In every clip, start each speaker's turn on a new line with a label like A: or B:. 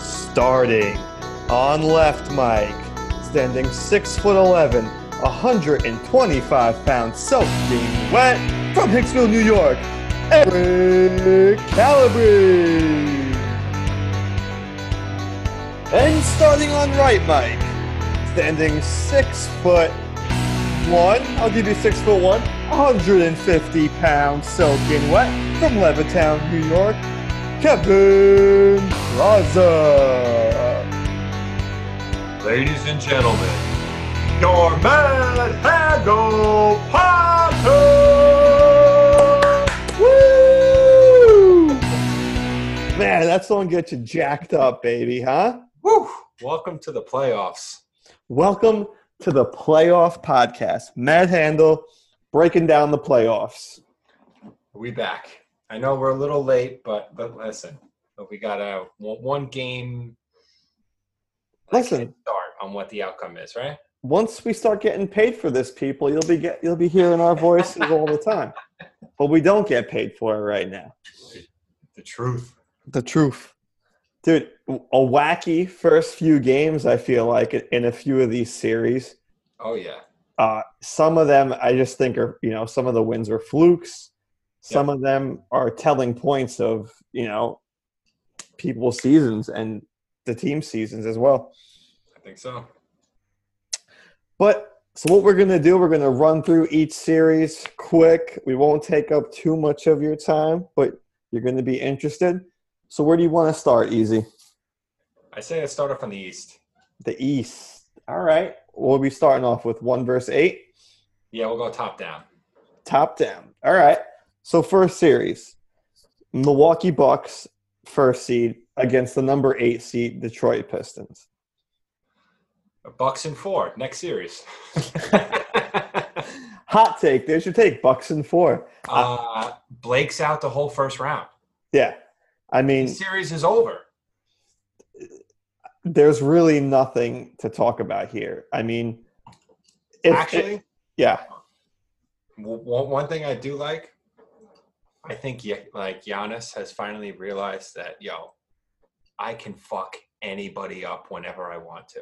A: starting on left Mike, standing six foot eleven, 125 pounds, soaking wet from Hicksville, New York, Eric Calabrese. And starting on right Mike, standing six foot one, I'll give you six foot one, 150 pounds, soaking wet from Levittown, New York, Kevin Plaza.
B: Ladies and gentlemen, your Mad Haggle Podcast!
A: Woo! Man, that song gets you jacked up, baby, huh?
B: Woo! Welcome to the playoffs.
A: Welcome to the playoff podcast. Matt Handle breaking down the playoffs.
B: We back. I know we're a little late, but but listen, but we got a one one game
A: Listen,
B: start on what the outcome is, right?
A: once we start getting paid for this, people, you'll be get, you'll be hearing our voices all the time. But we don't get paid for it right now.
B: The truth.
A: The truth. Dude, a wacky first few games, I feel like, in a few of these series.
B: Oh yeah.
A: Uh, some of them, I just think are, you know, some of the wins are flukes. Some of them are telling points of, you know, people's seasons and the team seasons as well.
B: I think so.
A: But so what we're going to do, we're going to run through each series quick. We won't take up too much of your time, but you're going to be interested. So where do you want to start, Easy?
B: I say let's start off on the East.
A: The East. All right. We'll be starting off with 1 verse 8,
B: Yeah, we'll go top down.
A: top down. All right. So first series, Milwaukee Bucks, first seed against the number 8 seed Detroit Pistons.
B: Bucks and four. Next series.
A: Hot take. There's your take. Bucks and 4.
B: uh, Blake's out the whole first round.
A: Yeah. I
B: The
A: mean,
B: series is over.
A: there's really nothing to talk about here. I mean, if-
B: Actually,
A: yeah,
B: W- one, one thing I do like, I think Ye- like Giannis has finally realized that yo, I can fuck anybody up whenever I want to.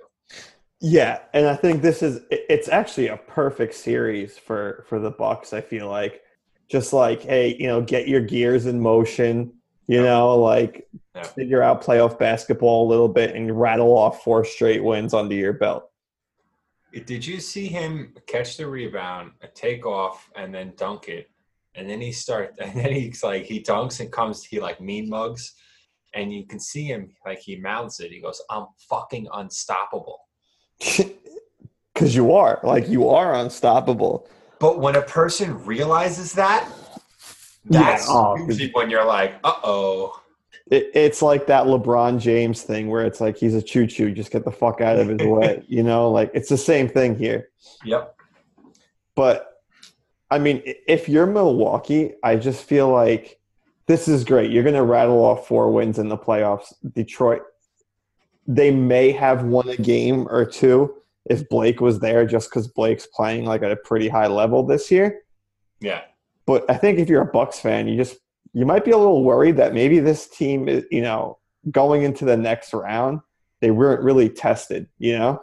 A: yeah, and I think this is it- it's actually a perfect series for for the Bucks. I feel like just like hey, you know, get your gears in motion. You know, like
B: Yeah.
A: figure out playoff basketball a little bit and rattle off four straight wins under your belt.
B: Did you see him catch the rebound, take off, and then dunk it? And then he start, and then he's like, he dunks and comes, he like mean mugs, and you can see him like he mounts it. He goes, "I'm fucking unstoppable."
A: Because you are like you are unstoppable.
B: But when a person realizes that, that's
A: oh,
B: usually when you're like, "Uh oh."
A: It, it's like that LeBron James thing where it's like he's a choo choo, just get the fuck out of his way. You know, like it's the same thing here.
B: Yep.
A: But I mean, i- if you're Milwaukee, I just feel like this is great. You're going to rattle off four wins in the playoffs. Detroit, they may have won a game or two if Blake was there, just because Blake's playing like at a pretty high level this year.
B: Yeah.
A: But I think if you're a Bucks fan, you just you might be a little worried that maybe this team is, you know, going into the next round, they weren't really tested, you know?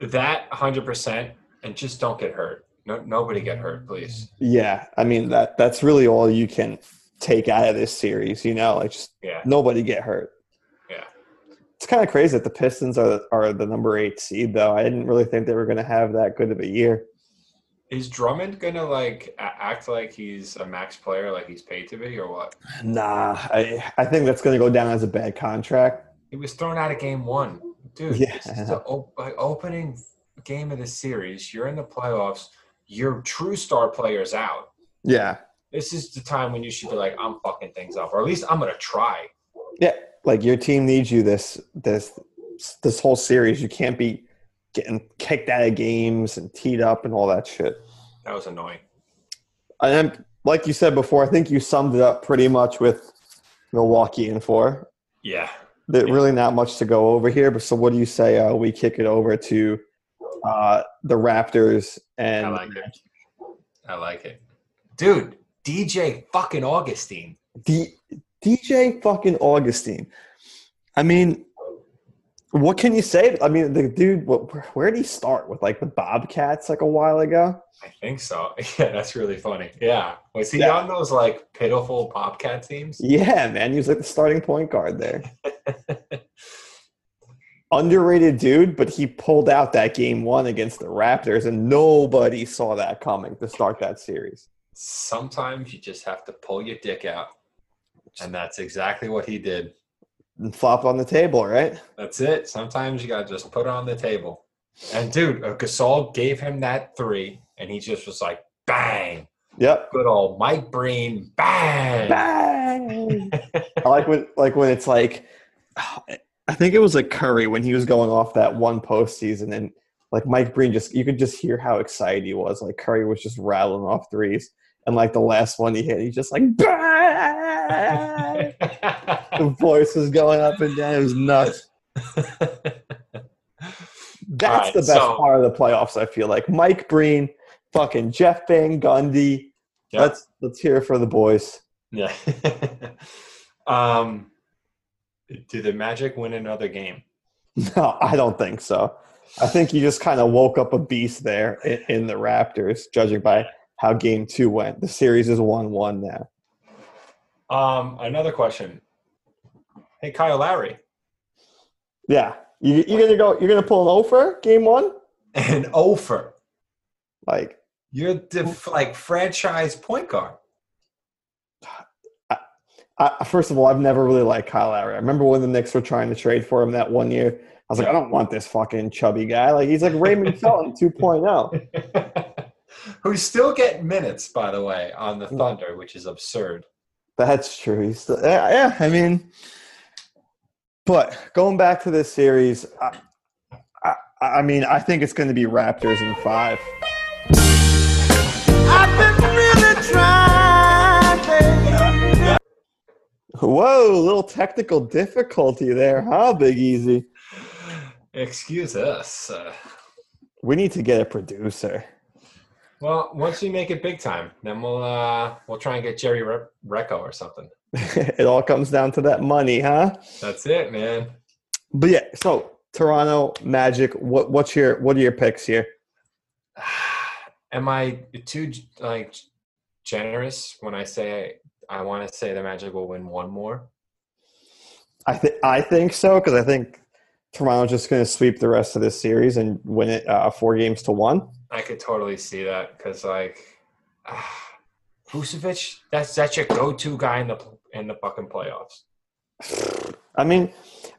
B: That 100%. And just don't get hurt. No, nobody get hurt, please.
A: Yeah. I mean that that's really all you can take out of this series, you know, like just
B: Yeah.
A: nobody get hurt.
B: Yeah.
A: It's kind of crazy that the Pistons are are the number 8 seed though. I didn't really think they were going to have that good of a year.
B: Is Drummond going to like a- act like he's a max player, like he's paid to be, or what?
A: Nah, I I think that's going to go down as a bad contract.
B: He was thrown out of game one. Dude,
A: Yeah.
B: this is the op- like, opening game of the series. You're in the playoffs. Your true star player's out.
A: Yeah.
B: This is the time when you should be like, I'm fucking things up, or at least I'm going to try.
A: like your team needs you this this this whole series. You can't be getting kicked out of games and teed up and all that shit.
B: That was annoying.
A: And I'm, like you said before, I think you summed it up pretty much with Milwaukee and four.
B: Yeah.
A: There's really not much to go over here. But so, what do you say uh, we kick it over to uh, the Raptors and
B: I like it. I like it. Dude, DJ fucking Augustine.
A: D- DJ fucking Augustine. I mean, What can you say? I mean, the dude. What, where did he start with? Like the Bobcats, like a while ago.
B: I think so. Yeah, that's really funny. Yeah. Was he
A: Yeah.
B: on those like pitiful Bobcat teams?
A: Yeah, man, he was like the starting point guard there. Underrated dude, but he pulled out that game one against the Raptors, and nobody saw that coming to start that series.
B: Sometimes you just have to pull your dick out. And that's exactly what he did.
A: And flopped on the table, right?
B: That's it. Sometimes you got to just put it on the table. And dude, uh, Gasol gave him that three, and he just was like, bang.
A: Yep.
B: Good old Mike Breen, bang.
A: Bang! I like when, like when it's like, I think it was like Curry when he was going off that one postseason, and like Mike Breen just, you could just hear how excited he was. Like Curry was just rattling off threes, and like the last one he hit, he's just like, bang! the voice was going up and down. It was nuts. That's
B: Alright,
A: the best
B: so-
A: part of the playoffs. I feel like Mike Breen, fucking Jeff Van Gundy.
B: Yep.
A: Let's let's hear it for the boys.
B: Yeah. um, do the Magic win another game?
A: No, I don't think so. I think you just kind of woke up a beast there in, in the Raptors, judging by how Game Two went. The series is one-one now.
B: Um, another question. Hey, Kyle Lowry,
A: Yeah, you, you're gonna go. You're gonna pull an over Game One.
B: an offer.
A: Like
B: You're the like franchise point guard.
A: I, first of all, I've never really liked Kyle Lowry. I remember when the Knicks were trying to trade for him that one year. I was like, I don't want this fucking chubby guy. Like he's like Raymond Felton oh. 2.0.
B: Who still get minutes, by the way, on the Thunder, which is absurd.
A: That's true. He's still, yeah, yeah, I mean, but going back to this series, I, I, I mean, I think it's going to be Raptors in five.
C: I've been really trying, baby.
A: Whoa, little technical difficulty there, huh, Big Easy?
B: Excuse us. Uh,
A: We need to get a producer.
B: well, once we make it big time, then we'll uh, we'll try and get Jerry Re- Recco or something.
A: it all comes down to that money, huh?
B: That's it, man.
A: But yeah, so Toronto Magic. What what's your what are your picks here?
B: Am I too like generous when I say I want to say the Magic will win one more?
A: I think I think so because I think Toronto's just going to sweep the rest of this series and win it uh, four games to one.
B: I could totally see that because like ah, Vucevic, that's that's your go-to guy in the in the fucking playoffs.
A: I mean,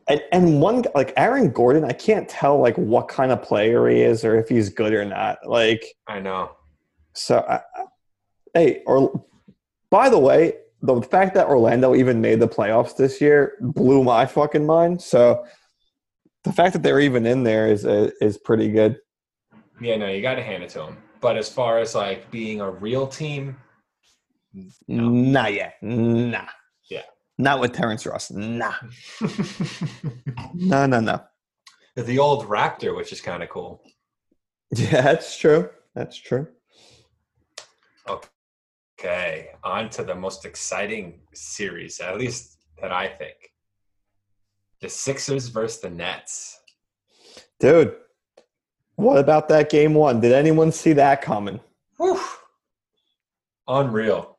A: and and one g- like Aaron Gordon, I can't tell like what kind of player he is or if he's good or not. Like
B: I know.
A: so, I, I- hey, or by the way, the fact that Orlando even made the playoffs this year blew my fucking mind. So. The fact that they're even in there is is pretty good.
B: Yeah, no, you got to hand it to him. But as far as like being a real team, No.
A: Not yet. Nah.
B: Yeah.
A: Not with Terrence Ross. Nah. No, no, no.
B: the old Raptor, which is kind of cool.
A: Yeah, that's true. That's true.
B: Okay, on to the most exciting series, at least that I think. The Sixers versus the Nets.
A: Dude, what about that game one? Did anyone see that coming?
B: Whew. Unreal.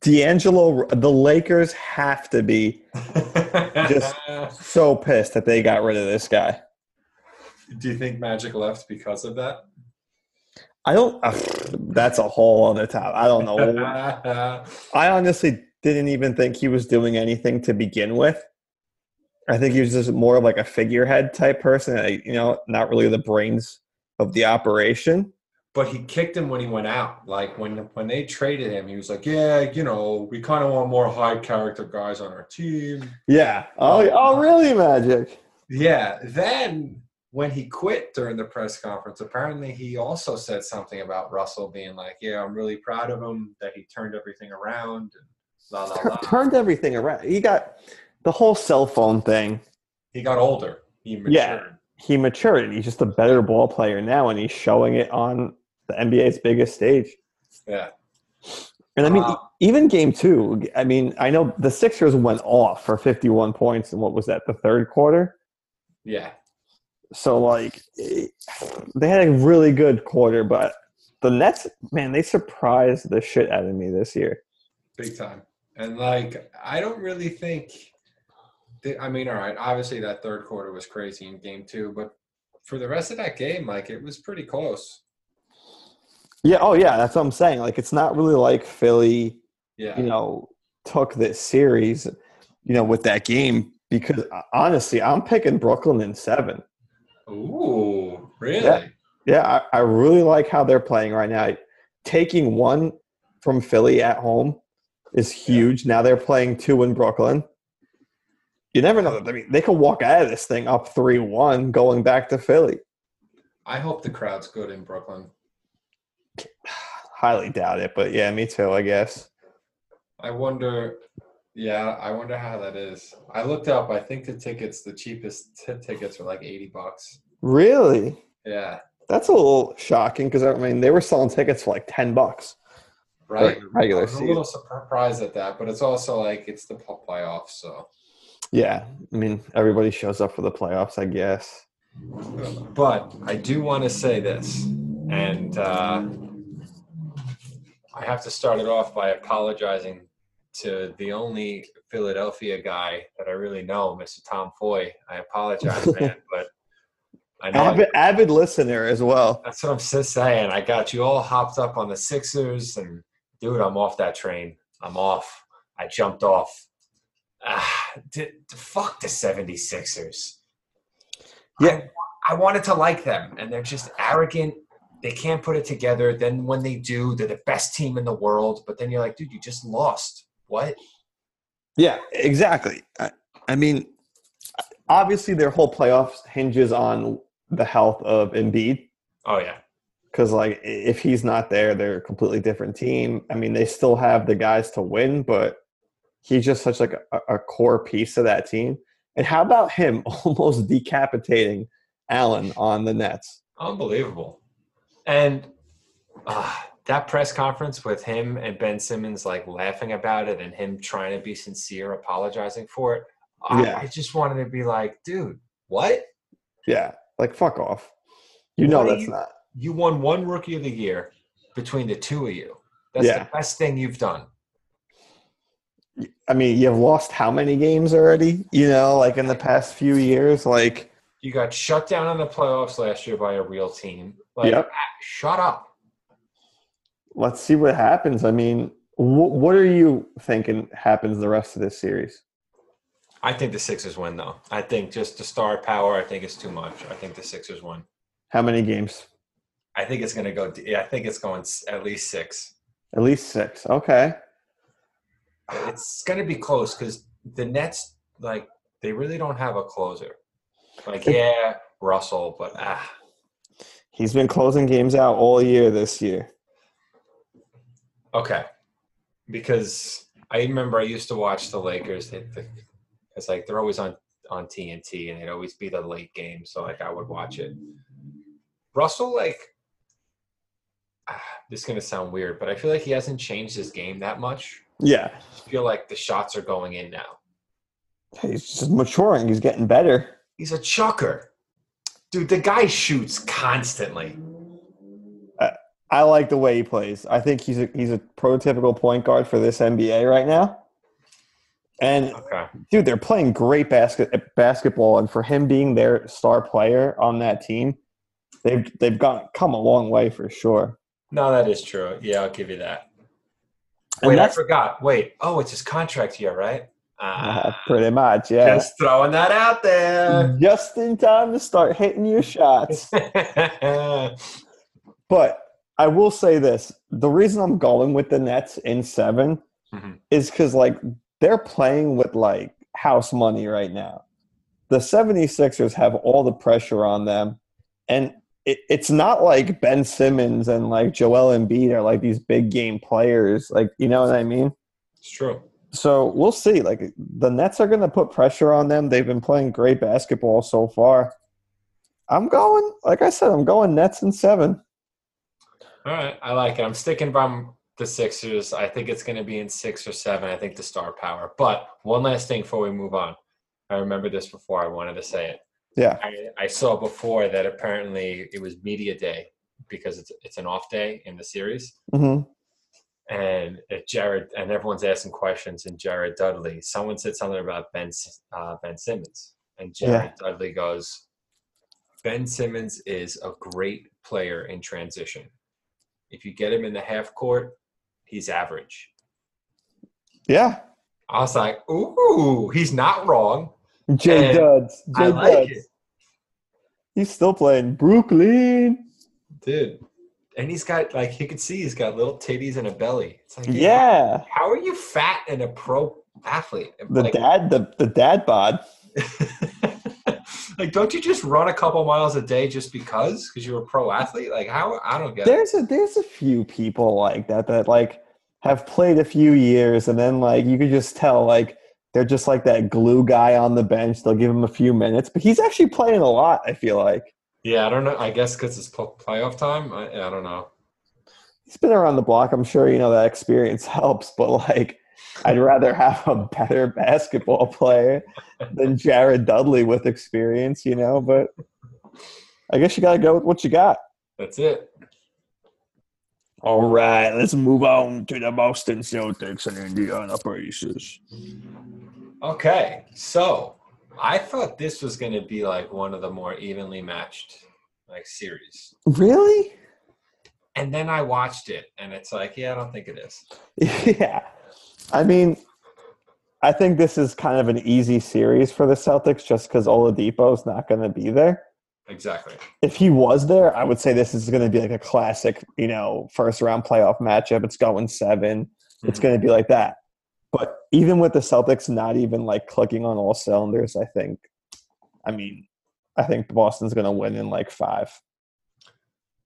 A: D'Angelo, the Lakers have to be
B: Just,
A: so pissed that they got rid of this guy.
B: Do you think Magic left because of that?
A: I don't, that's a whole other time. I don't know. I honestly didn't even think he was doing anything to begin with. I think he was just more of like a figurehead type person, uh, you know, not really the brains of the operation.
B: but he kicked him when he went out. Like when when they traded him, he was like, "Yeah, you know, we kind of want more high character guys on our team."
A: Yeah. Oh, oh really, Magic?
B: Yeah. Then when he quit during the press conference, apparently he also said something about Russell being like, "Yeah, I'm really proud of him that he turned everything around." And la la
A: Tur-
B: la.
A: turned everything around. He got the whole cell phone thing.
B: He got older. He matured.
A: Yeah. He matured. He's just a better ball player now, and he's showing it on the NBA's biggest stage.
B: Yeah.
A: And I mean,
B: Wow.
A: e- even game two, I mean, I know the Sixers went off for 51 points, and what was that, the third quarter?
B: Yeah.
A: So like it- they had a really good quarter, but the Nets, man, they surprised the shit out of me this year.
B: Big time. And like, I don't really think. That, I mean, all right. Obviously, that third quarter was crazy in game two, but for the rest of that game, like, it was pretty close.
A: Yeah, oh yeah, that's what I'm saying. Like it's not really like Philly,
B: Yeah.
A: you know, took this series, you know, with that game because uh, honestly, I'm picking Brooklyn in 7.
B: Ooh, really?
A: Yeah. Yeah, I, I really like how they're playing right now. Taking one from Philly at home is huge. Now they're playing two in Brooklyn. You never know. I mean, they could walk out of this thing up three one, going back to Philly.
B: I hope the crowd's good in Brooklyn.
A: Highly doubt it, but yeah, me too. I guess.
B: I wonder. Yeah, I wonder how that is. I looked up. I think the tickets, the cheapest t- tickets, are like eighty bucks.
A: Really,
B: Yeah,
A: that's a little shocking because I mean they were selling tickets for like ten bucks.
B: right.
A: regular
B: I was a little surprised at that, but it's also like it's the pl- playoffs, so.
A: Yeah, I mean everybody shows up for the playoffs. I guess.
B: But I do want to say this, and uh, I have to start it off by apologizing to the only Philadelphia guy that I really know, Mr. Tom Foy. I apologize, man, but I know I-
A: Avid, avid listener as well.
B: that's what I'm just saying. I got you all hopped up on the Sixers, and dude, I'm off that train. I'm off. I jumped off. Ah, d- d- fuck the 76ers.
A: Yeah.
B: I, I wanted to like them, and they're just arrogant. They can't put it together. Then when they do, they're the best team in the world. But then you're like, dude, you just lost. What?
A: Yeah, exactly. I, I mean, obviously, their whole playoffs hinges on the health of Embiid
B: Oh, yeah.
A: because, like, i- if he's not there, they're a completely different team. I mean, they still have the guys to win, but he's just such like a, a core piece of that team. And how about him almost decapitating Allen on the Nets?
B: Unbelievable. And uh, that press conference with him and Ben Simmons like laughing about it and him trying to be sincere, apologizing for it. I,
A: Yeah.
B: I just wanted to be like, dude, what?
A: Yeah, like fuck off. You know
B: What are
A: that's
B: you-
A: not.
B: You won one rookie of the year between the two of you. That's
A: Yeah.
B: the best thing you've done.
A: I mean, you've lost how many games already? You know, like in the past few years, like
B: You got shut down in the playoffs last year by a real team. Like,
A: Yep.
B: ah, shut up.
A: let's see what happens. I mean, wh- what are you thinking happens the rest of this series?
B: I think the Sixers win, though. I think just the star power, I think it's too much. I think the Sixers win.
A: How many games?
B: I think it's going to go. d- yeah, I think it's going s- at least six.
A: At least six. Okay.
B: It's going to be close because the Nets, like, they really don't have a closer. Like, yeah, Russell, but ah,
A: He's been closing games out all year this year.
B: okay. Because I remember I used to watch the Lakers. They, they, it's like they're always on on TNT, and it'd always be the late game. So like, I would watch it. Russell, like, ah, this is going to sound weird, but I feel like he hasn't changed his game that much.
A: Yeah.
B: I feel like the shots are going in now.
A: He's just maturing. He's getting better.
B: He's a chucker. Dude, the guy shoots constantly.
A: I like the way he plays. I think he's a, he's a prototypical point guard for this NBA right now. And
B: Okay.
A: dude, they're playing great basket basketball, and for him being their star player on that team, they've they've gone come a long way for sure.
B: No, that is true. Yeah, I'll give you that.
A: And
B: Wait, I
A: that's-
B: forgot. Wait. Oh, it's his contract year, right? Uh,
A: Uh, pretty much, yeah.
B: just uh, throwing that out there.
A: just in time to start hitting your shots. Mm-hmm. But I will say this: the reason I'm going with the Nets in 7
B: Mhm.
A: is because like they're playing with like house money right now. The 76ers have all the pressure on them, and it, it's not like Ben Simmons and like Joel Embiid are like these big game players. Like you know what I mean?
B: it's true.
A: So we'll see. Like the Nets are going to put pressure on them. They've been playing great basketball so far. I'm going, like I said, I'm going Nets in seven.
B: All right. I like it. I'm sticking by m- the Sixers. I think it's going to be in six or seven. I think the star power. But one last thing before we move on. I remember this before. I wanted to say it.
A: Yeah.
B: I, I saw before that apparently it was media day because it's it's an off day in the series,
A: Mm-hmm.
B: and it, Jared and everyone's asking questions. And Jared Dudley, someone said something about Ben S- uh, Ben Simmons, and Jared Dudley goes, "Ben Simmons is a great player in transition. If you get him in the half court, he's average."
A: Yeah.
B: I was like, "Ooh, he's not wrong.
A: Jay
B: And
A: Duds.
B: I
A: Jay
B: like
A: Duds.
B: it."
A: He's still playing Brooklyn.
B: dude. And he's got like you can see he's got little titties and a belly. It's like
A: Yeah.
B: How are you fat and a pro athlete?
A: The
B: like,
A: dad, the, the dad bod.
B: like, don't you just run a couple miles a day just because? Because you're a pro athlete? Like, how? I don't get it.
A: There's a there's a few people like that that like have played a few years and then like you could just tell like they're just like that glue guy on the bench. They'll give him a few minutes, but he's actually playing a lot. I feel like
B: Yeah, I don't know. I guess because it's pl- playoff time. I, I don't know.
A: he's been around the block. I'm sure you know that experience helps, but like I'd rather have a better basketball player than Jared Dudley with experience, you know. But I guess you got to go with what you got.
B: That's it.
A: All right, let's move on to the Boston Celtics and Indiana Pacers.
B: Okay, so I thought this was going to be like one of the more evenly matched like series,
A: Really?
B: and then I watched it, and it's like, yeah, I don't think it is.
A: Yeah. I mean, I think this is kind of an easy series for the Celtics just because Oladipo's not going to be there.
B: Exactly.
A: If he was there, I would say this is going to be like a classic, you know, first round playoff matchup. It's going 7 It's
B: Mhm.
A: going to be like that. But even with the Celtics not even like clicking on all cylinders, I think, I mean, I think Boston's going to win in like five.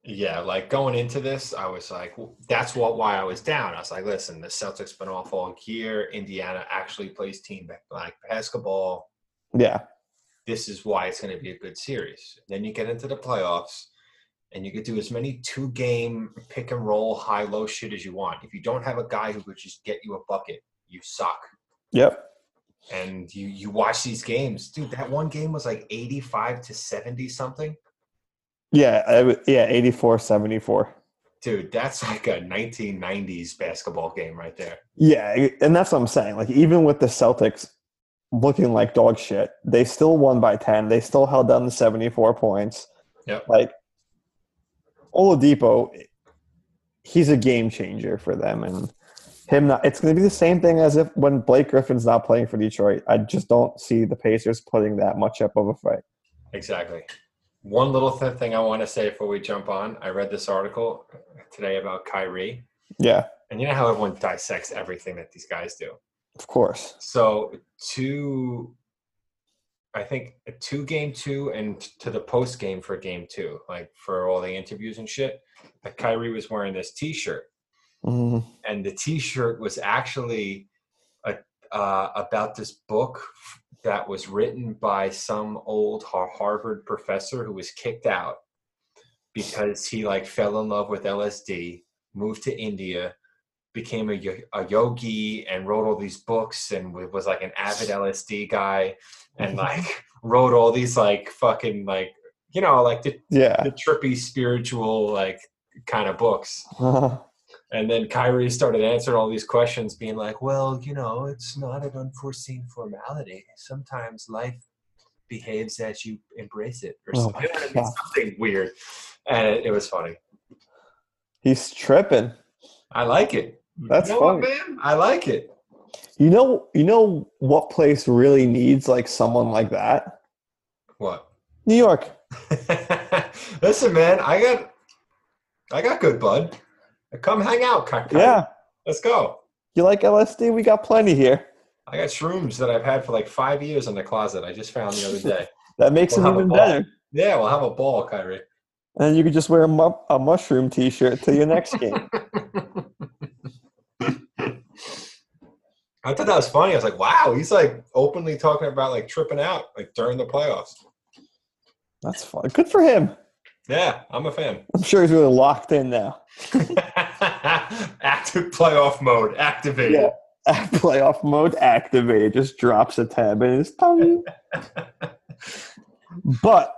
B: Yeah, like going into this, I was like, w- that's what why I was down. I was like, listen, the Celtics been off all year. Indiana actually plays team ba- like basketball.
A: Yeah.
B: This is why it's going to be a good series. Then you get into the playoffs, and you could do as many two game pick and roll high low shit as you want. If you don't have a guy who could just get you a bucket, you suck.
A: Yep.
B: And you you watch these games, dude. That one game was like eighty five to seventy something.
A: Yeah. I w yeah. 84 74.
B: Dude, that's like a 1990s basketball game right there.
A: Yeah, e, and that's what I'm saying. Like even with the Celtics looking like dog shit, they still won by ten. They still held down the 74 points.
B: Yep.
A: Like Oladipo, he's a game changer for them, and him not. It's going to be the same thing as if when Blake Griffin's not playing for Detroit. I just don't see the Pacers putting that much up of a fight.
B: Exactly. One little th- thing I want to say before we jump on. I read this article today about Kyrie,
A: Yeah,
B: and you know how everyone dissects everything that these guys do.
A: of course.
B: So two, I think two game two and to the post game for game two, like for all the interviews and shit. Like Kyrie was wearing this T-shirt,
A: Mhm.
B: and the T-shirt was actually a, uh, about this book that was written by some old Har- Harvard professor who was kicked out because he like fell in love with LSD, moved to India, became a, yo- a yogi, and wrote all these books, and wa- was like an avid LSD guy, and like wrote all these like fucking like you know like the,
A: Yeah.
B: the trippy spiritual like kind of books. And then Kyrie started answering all these questions, being like, well, you know, it's not an unforeseen formality. Sometimes life behaves as you embrace it or
A: Oh my
B: something, You know what I mean?
A: God.
B: Something weird. And it, it was funny.
A: he's tripping.
B: I like it.
A: That's
B: you know what, man? I like it.
A: You know. You know what place really needs like someone like that?
B: What?
A: New York.
B: Listen, man, I got I got good, bud. Come hang out, Ky- Kyrie.
A: Yeah.
B: Let's go.
A: You like LSD? We got plenty here.
B: I got shrooms that I've had for like five years in the closet. I just found the other day.
A: That makes
B: We'll
A: it
B: have a
A: even
B: ball.
A: better.
B: yeah, we'll have a ball, Kyrie.
A: And you could just wear a, mu- a mushroom t shirt till your next game.
B: I thought that was funny. I was like, wow, he's like openly talking about like tripping out like during the playoffs.
A: That's fun. Good for him.
B: Yeah, I'm a fan.
A: I'm sure he's really locked in now.
B: Active playoff mode activated.
A: Yeah. Playoff mode activated. Just drops a tab and his tongue. But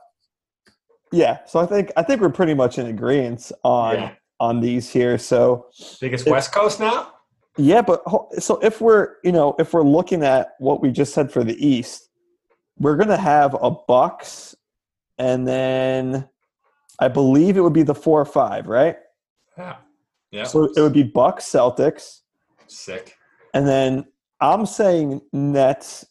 A: yeah, so I think I think we're pretty much in agreement on
B: Yeah.
A: on these here. So
B: Think it's
A: It-
B: West Coast now?
A: yeah, but ho- so if we're you know if we're looking at what we just said for the East, we're gonna have a Bucks, and then I believe it would be the four or five, right?
B: Yeah. Yeah.
A: So it would be Bucks, Celtics,
B: Sick.
A: and then I'm saying Nets,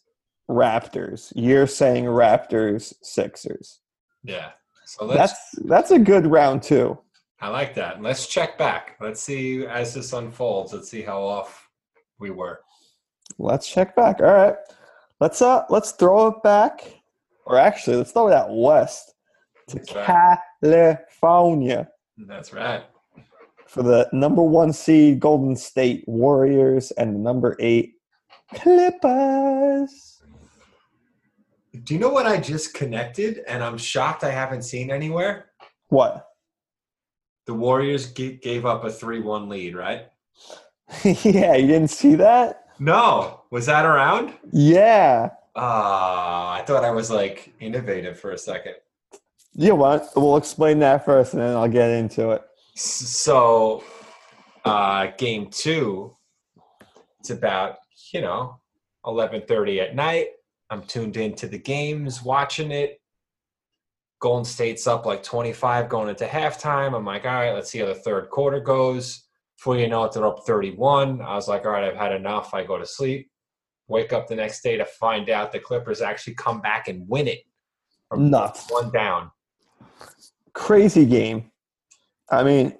A: Raptors. You're saying Raptors, Sixers.
B: Yeah. So let's
A: That's that's a good round two.
B: I like that. And Let's check back. Let's see as this unfolds. Let's see how off we were.
A: Let's check back. All right. Let's uh let's throw it back. Or actually, let's throw it out west to
B: That's right.
A: California
B: That's right.
A: for the number one seed Golden State Warriors and the number eight Clippers.
B: Do you know what I just connected? And I'm shocked I haven't seen anywhere.
A: What?
B: The Warriors g- gave up a three-one lead, right?
A: yeah, you didn't see that?
B: No, was that around?
A: Yeah.
B: Ah, I thought I was like innovative for a second.
A: You want? We'll explain that first, and then I'll get into it.
B: S- So, uh, game two, it's about you know eleven thirty at night. I'm tuned into the games, watching it. Golden State's up like twenty five going into halftime. I'm like, all right, let's see how the third quarter goes. Before you know it, they're up thirty one. I was like, all right, I've had enough. I go to sleep. Wake up the next day to find out the Clippers actually come back and win it from
A: Nuts.
B: one down.
A: Crazy game. I mean,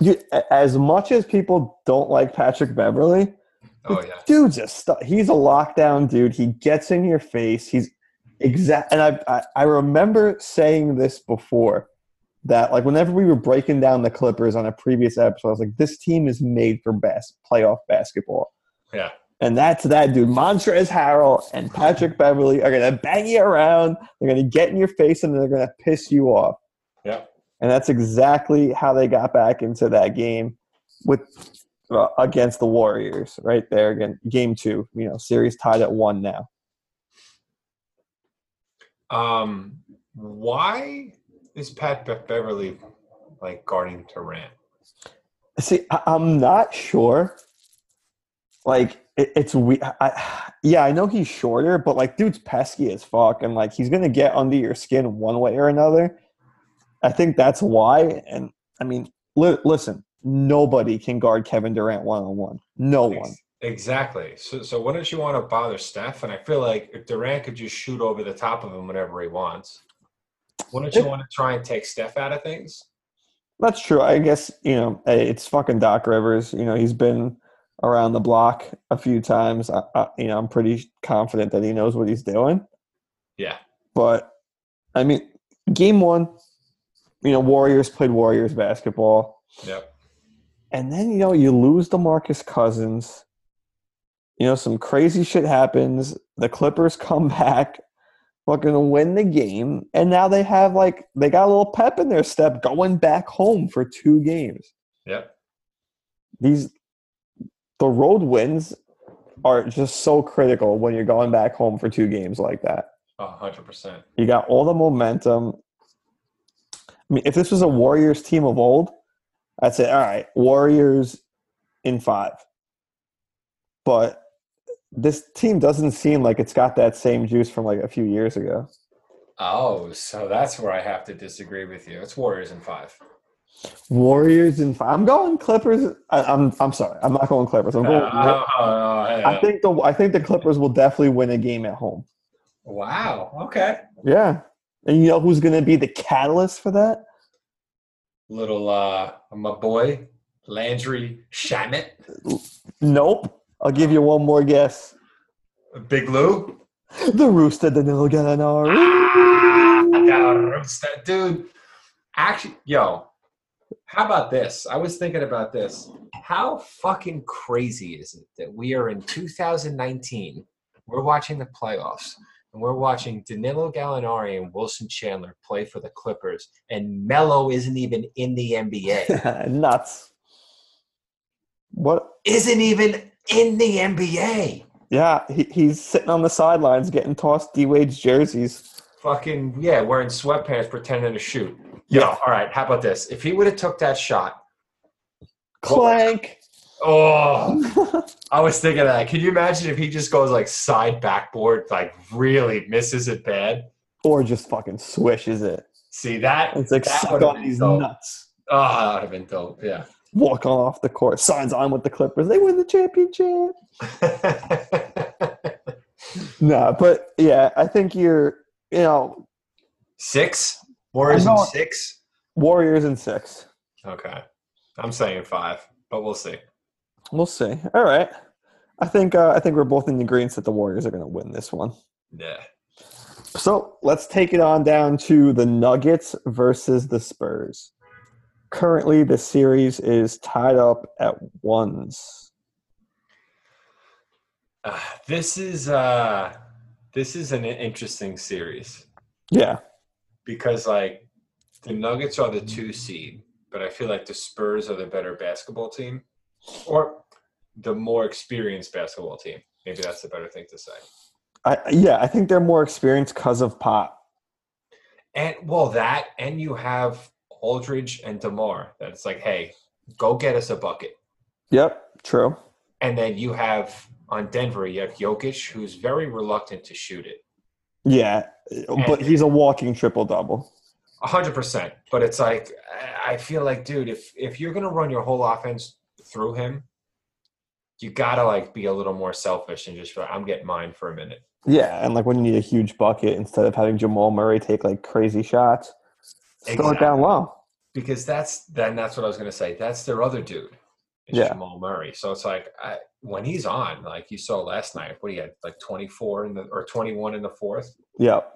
A: you, a- as much as people don't like Patrick Beverly,
B: Oh yeah.
A: dude's a stu- he's a lockdown dude. He gets in your face. He's exact. And I, I I remember saying this before that like whenever we were breaking down the Clippers on a previous episode, I was like, this team is made for best playoff basketball.
B: Yeah.
A: And that's that dude. Montrez Harrell and Patrick Beverly are gonna bang you around. They're gonna get in your face and they're gonna piss you off.
B: Yep.
A: And that's exactly how they got back into that game with uh, against the Warriors right there again game 2 you know series tied at 1 now
B: Um, why is Pat Be- Beverly like guarding Durant?
A: see I- I'm not sure like it- it's we I yeah I know he's shorter but like dude's pesky as fuck and like he's going to get under your skin one way or another I think that's why and I mean li- listen nobody can guard Kevin Durant one on one no Oh, one
B: Exactly. So, so wouldn't you want to bother Steph? And I feel like if Durant could just shoot over the top of him whenever he wants, wouldn't you want to try and take Steph out of things?
A: That's true. I guess you know eh, it's fucking Doc Rivers. You know he's been around the block a few times. I, I, you know I'm pretty confident that he knows what he's doing.
B: Yeah.
A: But I mean, game one, you know Warriors played Warriors basketball,
B: Yep.
A: and then you know you lose the Marcus Cousins. You know some crazy shit happens. The Clippers come back, fucking win the game, and now they have like they got a little pep in their step going back home for two games
B: Yep.
A: these the road wins are just so critical when you're going back home for two games like that.
B: A hundred percent.
A: You got all the momentum. I mean, if this was a Warriors team of old, I'd say, all right, Warriors in five. But this team doesn't seem like it's got that same juice from like a few years ago.
B: Oh, so that's where I have to disagree with you. It's Warriors in five.
A: Warriors in five. I'm going Clippers. I, I'm I'm sorry. I'm not going Clippers. I'm
B: Uh,
A: going.
B: uh, uh,
A: I think the I think the Clippers will definitely win a game at home.
B: wow. Okay.
A: Yeah. And you know who's going to be the catalyst for that?
B: Little uh, my boy Landry Shamit.
A: Nope. I'll give you one more guess.
B: Big Lou.
A: The Rooster Danilo Gallinari.
B: Ah, the rooster, dude. Actually, yo, how about this? I was thinking about this. How fucking crazy is it that we are in 2019? We're watching the playoffs, and we're watching Danilo Gallinari and Wilson Chandler play for the Clippers, and Melo isn't even in the NBA.
A: Nuts. What?
B: isn't even in the NBA.
A: Yeah, he, he's sitting on the sidelines getting tossed D Wade's jerseys.
B: fucking yeah, wearing sweatpants pretending to shoot.
A: Yeah.
B: All right, how about this? If he would have took that shot,
A: Clank.
B: oh, I was thinking of that. Can you imagine if he just goes like side backboard, like really misses it bad?
A: or just fucking swishes it.
B: See that?
A: It's like
B: that
A: suck
B: would've
A: on
B: been
A: these
B: dope.
A: nuts.
B: Oh, that would have been dope. Yeah.
A: Walk on off the court. Signs on with the Clippers. They win the championship. No, but yeah, I think you're, you know,
B: six? Warriors
A: I'm
B: in
A: going-
B: six?
A: Warriors in six.
B: Okay. I'm saying five, but we'll see.
A: We'll see. All right. I think uh, I think we're both in agreement that the Warriors are going to win this one.
B: Yeah.
A: So let's take it on down to the Nuggets versus the Spurs. Currently, the series is tied up at ones.
B: Uh, this is uh this is an interesting series
A: Yeah,
B: because like the Nuggets are the two seed, but I feel like the Spurs are the better basketball team or the more experienced basketball team. Maybe that's the better thing to say.
A: I, yeah, I think they're more experienced because of Pop.
B: And well, that and you have Aldridge and Demar. That it's like, hey, go get us a bucket.
A: Yep, true.
B: And then you have on Denver, you have Jokic, who's very reluctant to shoot it.
A: Yeah, but he's a walking triple double.
B: A hundred percent. But it's like I- I feel like, dude, if if you're gonna run your whole offense through him, you gotta like be a little more selfish and just be like, I'm getting mine for a minute.
A: Yeah, and like when you need a huge bucket, instead of having Jamal Murray take like crazy shots, throw it down low.
B: Because that's then that's what I was gonna say. That's their other dude. It's
A: Yeah.
B: Jamal Murray. So it's like I, when he's on, like you saw last night, what he had like 24 in the or 21 in the fourth.
A: Yep.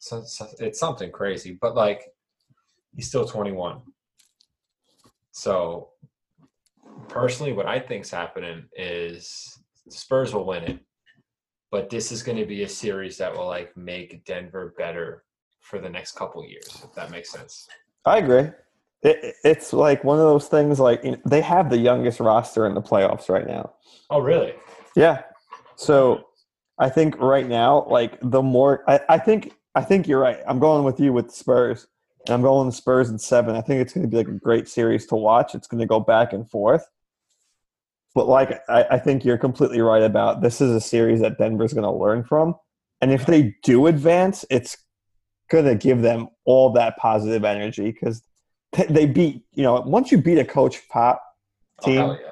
B: So, so it's something crazy, but like he's still 21. So personally, what I think's happening is Spurs will win it, but this is going to be a series that will like make Denver better for the next couple years. If that makes sense.
A: I agree. It, it's like one of those things like you know, they have the youngest roster in the playoffs right now.
B: Oh, really?
A: Yeah. So I think right now, like the more I, I think I think you're right. I'm going with you with Spurs. And I'm going Spurs in seven. I think it's gonna be like a great series to watch. It's gonna go back and forth. But like I, I think you're completely right about this is a series that Denver's gonna learn from. And if they do advance, it's gonna give them all that positive energy because they beat you know once you beat a coach pop
B: Oh,
A: team
B: hell yeah.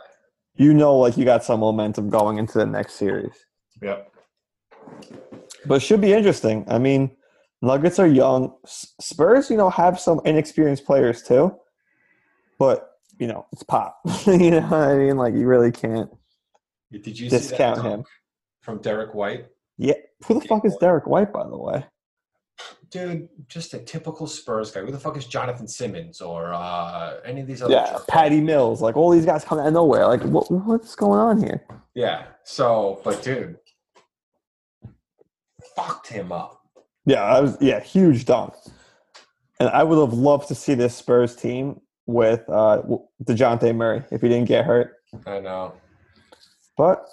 A: you know like you got some momentum going into the next series.
B: Yep.
A: But it should be interesting. I mean, Nuggets are young. S- Spurs, you know, have some inexperienced players too. But, you know, it's pop. you know what I mean? Like you really can't
B: Did you
A: discount
B: see that
A: him.
B: from Derek White?
A: Who the fuck is Derek White, by the way?
B: Dude, just a typical Spurs guy. Who the fuck is Jonathan Simmons or uh, any of these other?
A: Yeah,
B: jerks?
A: Patty Mills. Like all these guys come out of nowhere. Like what, what's going on here?
B: Yeah. So, but dude, fucked him up.
A: Yeah, I was yeah, huge dunk. And I would have loved to see this Spurs team with uh w- DeJounte Murray if he didn't get hurt.
B: I know.
A: But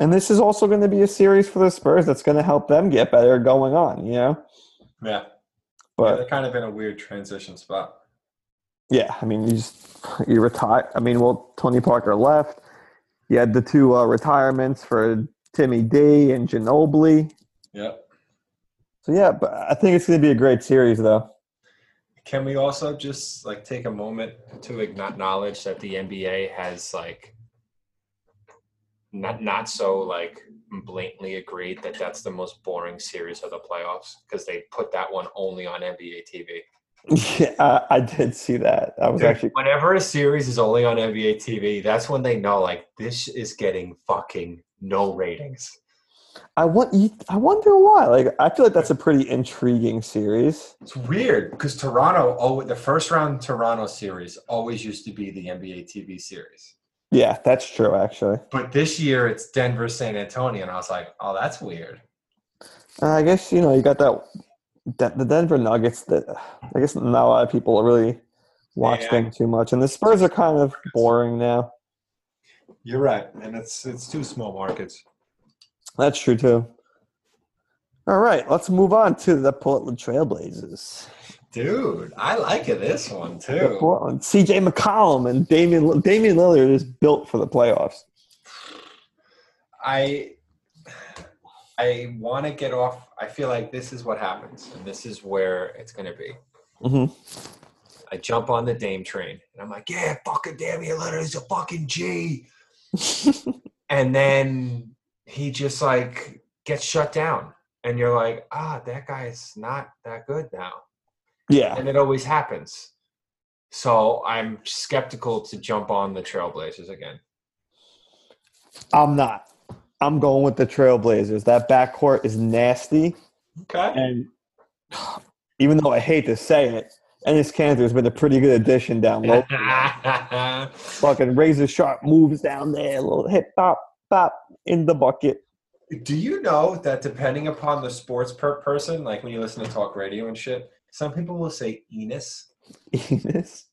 A: and this is also going to be a series for the Spurs that's going to help them get better going on, you know.
B: Yeah.
A: But
B: they're kind of in a weird transition spot.
A: yeah, I mean, you just you retire. I mean, well, Tony Parker left. You had the two uh, retirements for Timmy D and Ginobili.
B: Yep.
A: So yeah, but I think it's going to be a great series, though.
B: Can we also just like take a moment to igno- acknowledge that the NBA has like not not so like blatantly agreed that that's the most boring series of the playoffs because they put that one only on NBA TV.
A: yeah, I, I did see that. I was
B: Dude,
A: actually
B: whenever a series is only on NBA TV, that's when they know like this is getting fucking no ratings.
A: I want you. I wonder why. Like, I feel like that's a pretty intriguing series.
B: It's weird because Toronto, oh, the first round Toronto series always used to be the NBA TV series,
A: Yeah, that's true. Actually,
B: but this year it's Denver, San Antonio, and I was like, oh, that's weird.
A: Uh, I guess you know you got that De- the Denver Nuggets. That I guess not a lot of people really watch
B: Yeah.
A: them too much, and the Spurs are kind of boring now.
B: You're right, and it's it's two small markets.
A: That's true too. All right, let's move on to the Portland Trailblazers.
B: Dude, I like it, this one
A: The
B: too.
A: Portland, CJ McCollum and Damian Damian Lillard is built for the playoffs.
B: I I want to get off. I feel like this is what happens, and this is where it's going to be.
A: Mhm.
B: I jump on the Dame train, and I'm like, "Yeah, fucking Damian Lillard is a fucking G." and then he just like gets shut down, and you're like, "Ah, that guy's not that good now."
A: Yeah,
B: and it always happens. So I'm skeptical to jump on the Trailblazers again.
A: I'm not. I'm going with the Trailblazers. That backcourt is nasty,
B: Okay.
A: and even though I hate to say it, Ennis Cantor has been a pretty good addition down low. Fucking razor sharp moves down there, little hip hop, pop in the bucket.
B: Do you know that depending upon the sports per person, like when you listen to talk radio and shit, some people will say Enos.
A: Enos.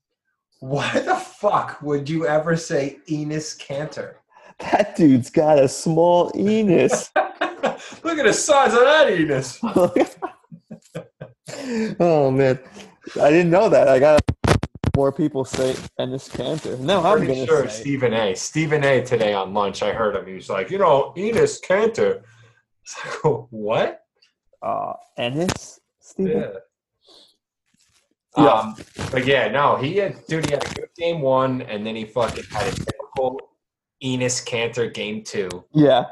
B: Why the fuck would you ever say Enos Cantor?
A: That dude's got a small Enos.
B: Look at the size of that Enos.
A: oh man, I didn't know that. I got more people say Ennis Cantor. No, I'm
B: Pretty
A: gonna
B: sure
A: say
B: Stephen A. Stephen A. Today on lunch, I heard him. He was like, you know, Enos Cantor. It's like, what?
A: uh, Ennis Stephen.
B: Yeah.
A: Yeah.
B: Um, but yeah, no, he had dude. He had a good game one, and then he fucking had a typical Enos Cantor game two.
A: Yeah,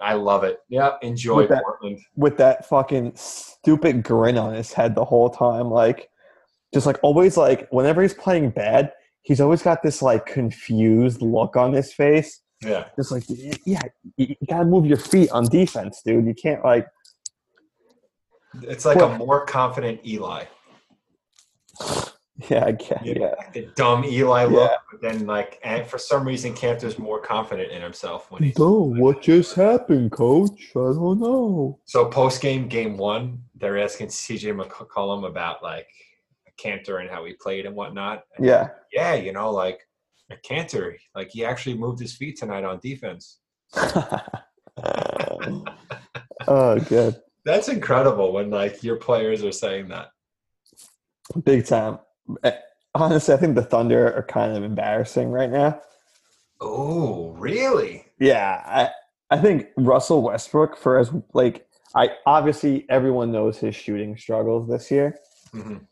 B: I love it. Yeah, enjoy
A: With that-
B: Portland.
A: with that fucking stupid grin on his head the whole time, like just like always, like whenever he's playing bad, he's always got this like confused look on his face.
B: Yeah,
A: Just like yeah, you you gotta move your feet on defense, dude. You can't like
B: it's like a
A: Well-
B: more confident Eli.
A: yeah, I can't
B: Yeah.
A: yeah.
B: Like the dumb Eli look,
A: Yeah.
B: but then like, and for some reason, Cantor's more confident in himself when he's
A: Oh, what just happened, coach? I don't know.
B: So post game game one, they're asking CJ McCollum about like Cantor and how he played and whatnot. And
A: Yeah.
B: yeah, you know, like a canter, like he actually moved his feet tonight on defense.
A: oh, good.
B: That's incredible when like your players are saying that.
A: Big time. Eh, Honestly, I think the Thunder are kind of embarrassing right now.
B: Oh, really?
A: Yeah, I I think Russell Westbrook for as like I obviously everyone knows his shooting struggles this year,
B: Mhm.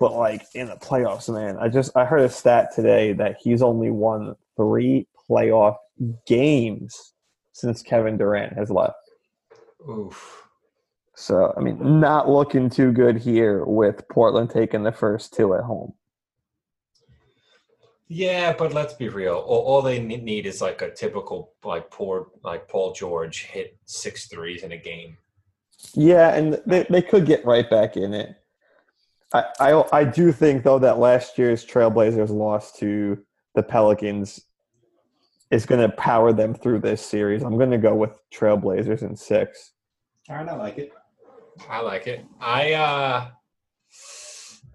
A: but like in the playoffs, man, I just I heard a stat today that he's only won three playoff games since Kevin Durant has left.
B: Oof.
A: So, I mean, not looking too good here with Portland taking the first two at home.
B: Yeah, but let's be real. All, all they ne- need is like a typical like poor like Paul George hit six threes in a game.
A: Yeah, and they, they could get right back in it. I, I, I do think, though, that last year's Trailblazers loss to the Pelicans is going to power them through this series. I'm going to go with Trailblazers in six.
B: All right, I like it. I like it. I uh,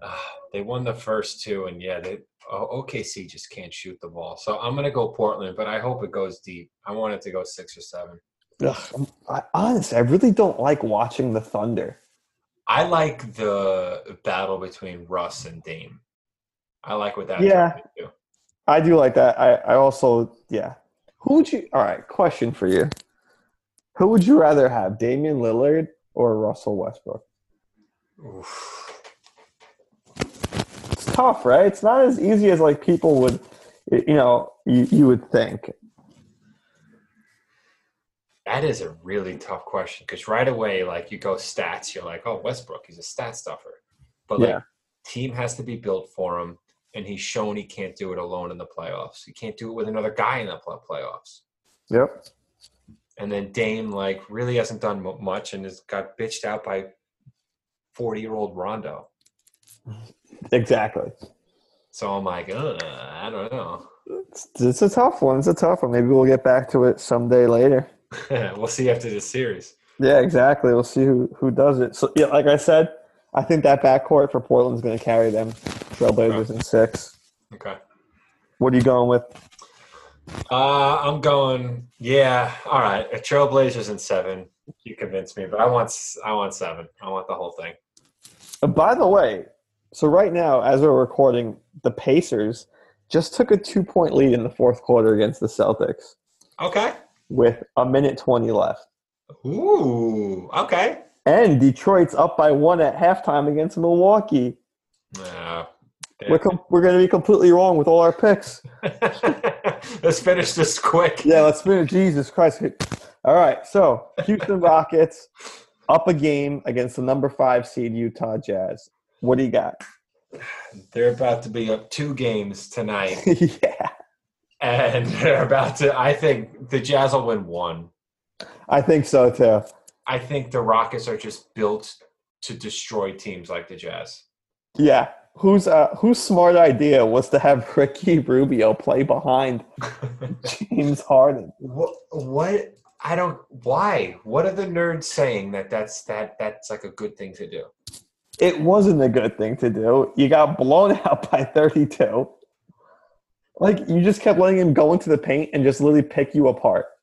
B: ah, they won the first two, and yeah, they oh, OKC just can't shoot the ball. So I'm gonna go Portland, but I hope it goes deep. I want it to go six or seven.
A: Ugh, I, honestly, I really don't like watching the Thunder.
B: I like the battle between Russ and Dame. I like what that.
A: Yeah.
B: do.
A: I do like that. I, I also, yeah. Who would you, all right, question for you. Who would you rather have, Damian Lillard or Russell Westbrook?
B: Oof.
A: It's tough, right? It's not as easy as like people would, you know, you, you would think.
B: That is a really tough question because right away, like you go stats, you're like, oh, Westbrook, he's a stat stuffer. But like,
A: Yeah.
B: team has to be built for him, and he's shown he can't do it alone in the playoffs. He can't do it with another guy in the pl- playoffs.
A: Yep.
B: And then Dame, like, really hasn't done mu much and has got bitched out by 40 year old Rondo.
A: Exactly.
B: So I'm like, uh, I don't know.
A: It's, it's a tough one. It's a tough one. Maybe we'll get back to it someday later.
B: we'll see after this series.
A: Yeah, exactly. We'll see who, who does it. So, yeah, like I said, I think that backcourt for Portland's going to carry them. Trailblazers in six.
B: Okay.
A: What are you going with?
B: Uh, I'm going, yeah, all right. Trailblazers in seven. You convinced me, but I want s- I want seven. I want the whole thing.
A: Uh, By the way, so right now, as we're recording, the Pacers just took a two point lead in the fourth quarter against the Celtics
B: Okay.
A: with a minute 20 left.
B: Ooh. Okay.
A: And Detroit's up by one at halftime against Milwaukee.
B: Uh,
A: We're, com- we're going to be completely wrong with all our picks.
B: Let's finish this quick.
A: Yeah, let's finish. Jesus Christ. All right, so Houston Rockets up a game against the number five seed Utah Jazz. What do you got?
B: They're about to be up two games tonight,
A: yeah.
B: and they're about to. I think the Jazz will win one.
A: I think so too.
B: I think the Rockets are just built to destroy teams like the Jazz.
A: Yeah. Whose uh, whose smart idea was to have Ricky Rubio play behind James Harden?
B: What? What? I don't. Why? What are the nerds saying that that's that that's like a good thing to do?
A: It wasn't a good thing to do. You got blown out by 32. Like you just kept letting him go into the paint and just literally pick you apart.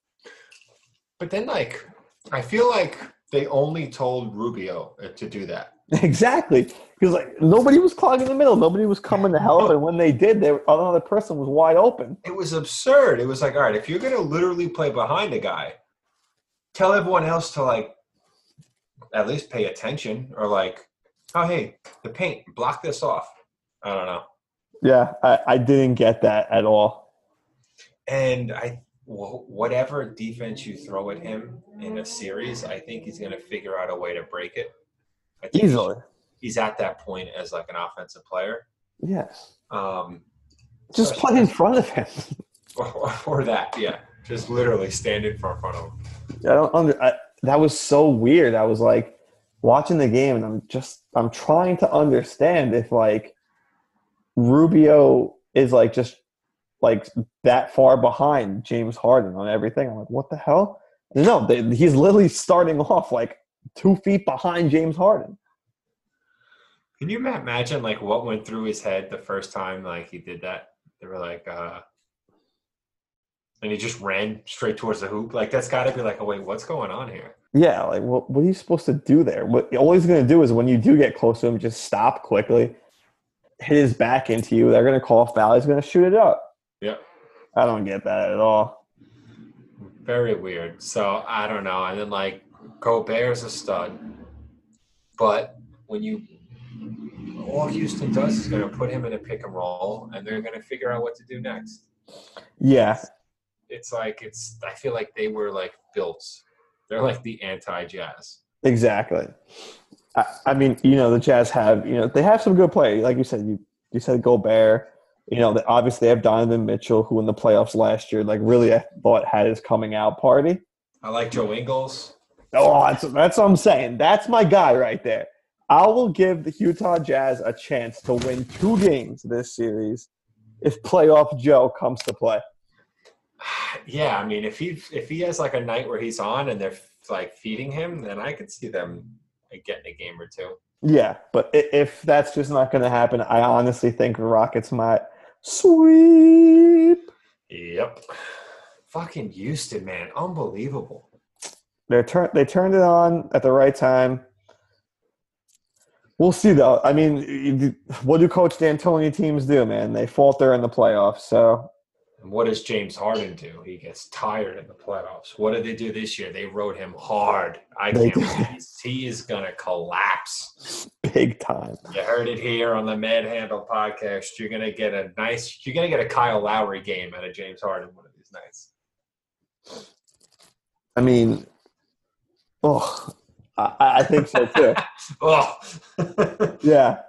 B: But then, like, I feel like they only told Rubio uh, to do that.
A: Exactly. Because like nobody was clogging the middle. Nobody was coming to help. And when they did, they, another person was wide open.
B: It was absurd. It was like, all right, if you're gonna literally play behind a guy, tell everyone else to like at least pay attention or like, oh hey, the paint, block this off. I don't know.
A: Yeah, I, I didn't get that at all.
B: And I, wh- whatever defense you throw at him in a series, I think he's going to figure out a way to break it. I think
A: Easily.
B: He's at that point as like an offensive player.
A: Yes.
B: Um,
A: Just play in front of him.
B: or, or that, yeah. Just literally stand in front front of him.
A: I don't under. I, that was so weird. I was like watching the game, and I'm just I'm trying to understand if like Rubio is like just like that far behind James Harden on everything. I'm like, what the hell? No, they, he's literally starting off like two feet behind James Harden.
B: Can you ma- imagine like what went through his head the first time like he did that? They were like, uh, and he just ran straight towards the hoop. Like that's got to be like, oh wait, what's going on here?
A: Yeah, like what what are you supposed to do there? What all he's gonna do is when you do get close to him, just stop quickly, hit his back into you. They're gonna call a foul. He's gonna shoot it up.
B: Yep.
A: I don't get that at all.
B: Very weird. So I don't know. And then like Gobert's a stud, but when you all Houston does is going to put him in a pick and roll, and they're going to figure out what to do next.
A: Yeah,
B: It's like it's. I feel like they were like built. They're like the anti-jazz.
A: exactly. I, I mean, you know, the Jazz have you know they have some good players. Like you said, you you said Gobert. You know, they, obviously they have Donovan Mitchell, who in the playoffs last year, like really I thought had his coming out party.
B: I like Joe Ingles.
A: Oh, that's that's what I'm saying. That's my guy right there. I will give the Utah Jazz a chance to win two games this series if playoff Joe comes to play.
B: Yeah, I mean, if he if he has like a night where he's on and they're like feeding him, then I could see them getting a game or two.
A: Yeah, but i- if that's just not going to happen, I honestly think Rockets might sweep.
B: Yep. Fucking Houston, man, unbelievable.
A: They turn they turned it on at the right time. We'll see though. I mean, you- what do Coach D'Antoni teams do, man? They falter in the playoffs. So
B: And what does James Harden do? He gets tired in the playoffs. What did they do this year? They rode him hard. I
A: They
B: can't. believe he is gonna collapse.
A: big time.
B: You heard it here on the Mad Handle podcast. You're gonna get a nice. You're gonna get a Kyle Lowry game out of James Harden one of these nights.
A: I mean, oh, I, I think so too.
B: Oh.
A: yeah,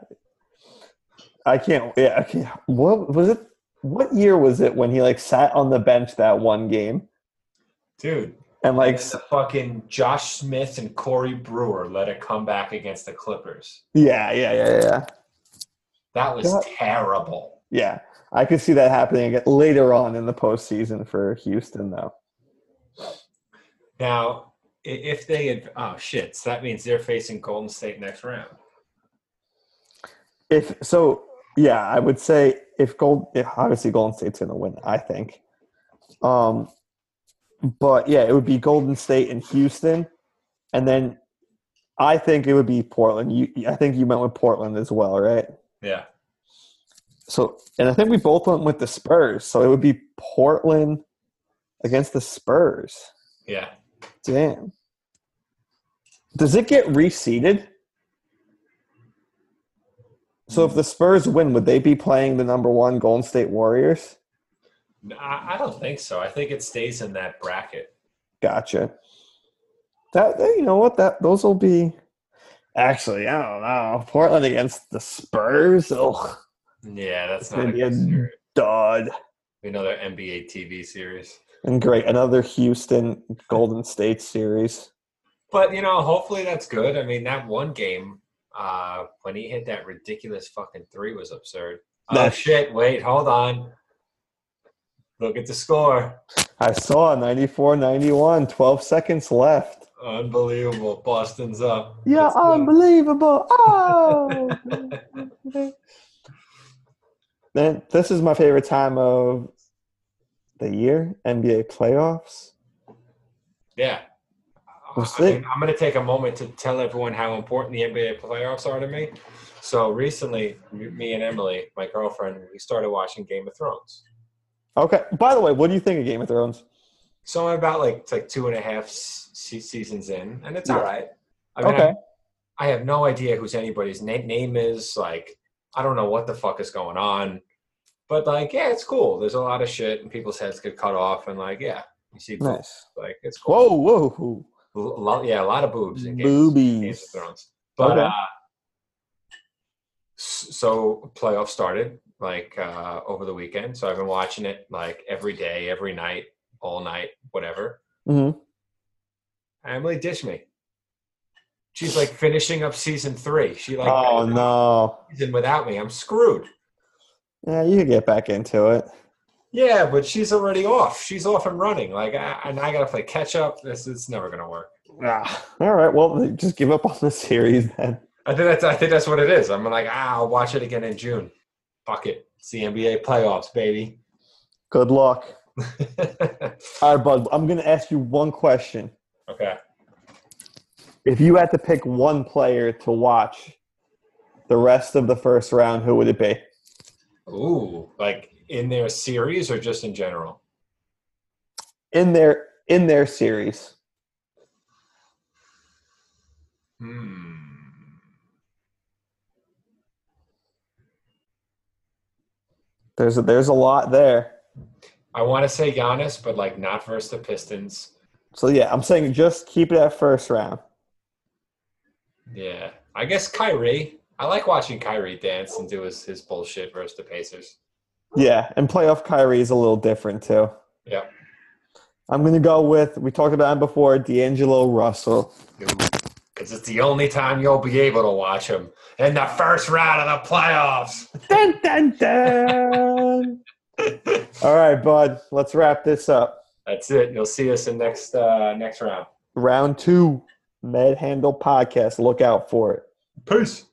A: I can't. Yeah, I can't. What was it? What year was it when he like sat on the bench that one game
B: Dude,
A: and like
B: like the fucking Josh Smith and Corey Brewer let it come back against the Clippers.
A: yeah, yeah, yeah, yeah,
B: That was
A: Yeah.
B: terrible.
A: yeah. I could see that happening again later on in the postseason for Houston, though.
B: Now, i- if they had, oh shit, so that means they're facing Golden State next round.
A: If so, yeah, I would say if gold, if obviously Golden State's going to win, I think. Um, but yeah, it would be Golden State and Houston, And then I think it would be Portland. You, I think you went with Portland as well, right?
B: Yeah.
A: So, and I think we both went with the Spurs. So it would be Portland against the Spurs.
B: Yeah.
A: Damn. Does it get reseeded? So if the Spurs win, would they be playing the number one Golden State Warriors?
B: No, I, I don't think so. I think it stays in that bracket.
A: Gotcha. That that- you know what that those will be. Actually, I don't know. Portland against the Spurs. Oh,
B: Yeah, that's
A: It's
B: not
A: gonna
B: a
A: be a-
B: good series.
A: dud.
B: Another NBA TV series.
A: And great, another Houston Golden State series.
B: But you know, hopefully that's good. I mean, that one game uh, when he hit that ridiculous fucking three was absurd. Oh
A: That's-
B: shit! Wait, hold on. Look at the score.
A: I saw 94-91, 12 seconds left.
B: Unbelievable. Boston's up.
A: Yeah, um,
B: Let's go.
A: unbelievable. Oh. then this is my favorite time of the year, NBA playoffs.
B: Yeah.
A: We'll
B: I
A: see.
B: mean, I'm going to take a moment to tell everyone how important the NBA playoffs are to me. So recently, m- me and Emily, my girlfriend, we started watching Game of Thrones.
A: Okay. By the way, what do you think of Game of Thrones?
B: So I'm about like it's like two and a half s- se- seasons in, and it's
A: Yeah.
B: all right. I mean,
A: Okay.
B: I, I have no idea who's anybody's na- name is. Like, I don't know what the fuck is going on. But like, yeah, it's cool. There's a lot of shit, and people's heads get cut off, and like, yeah, you see,
A: Nice.
B: like, it's cool.
A: Whoa, whoa, whoa.
B: L- a lot- yeah, a lot of boobs in games. Game of
A: Boobies.
B: Thrones. But
A: Okay.
B: uh, s- so playoffs started like uh, over the weekend. So I've been watching it like every day, every night, all night, whatever.
A: hmm
B: Emily ditched me. She's like finishing up season three. She like
A: Oh,
B: finished
A: no.
B: season without me. I'm screwed.
A: Yeah, you can get back into it.
B: Yeah, but she's already off. She's off and running. Like, I, and I gotta play catch up. This it's never gonna work.
A: Ah, all right. Well, just give up on the series then.
B: I think that's I think that's what it is. I'm like, ah, I'll watch it again in June. Fuck it. It's the NBA playoffs, baby.
A: Good luck.
B: okay.
A: All right, bud. I'm going to ask you one question. If you had to pick one player to watch the rest of the first round, who would it be?
B: Ooh, like in their series or just in general?
A: In their in their series.
B: Hmm.
A: There's a, there's a lot there.
B: I want to say Giannis, but like not versus the Pistons.
A: So yeah, I'm saying just keep it at first round.
B: Yeah, I guess Kyrie. I like watching Kyrie dance and do his, his bullshit versus the Pacers.
A: Yeah, and playoff Kyrie is a little different too.
B: Yeah.
A: I'm gonna go with we talked about him before, D'Angelo Russell.
B: Because it's the only time you'll be able to watch him in the first round of the playoffs.
A: Dun, dun, dun. All right, bud. Let's wrap this up.
B: That's it. You'll see us in next uh, next round.
A: Round two, Med Handle Podcast. Look out for it.
B: Peace.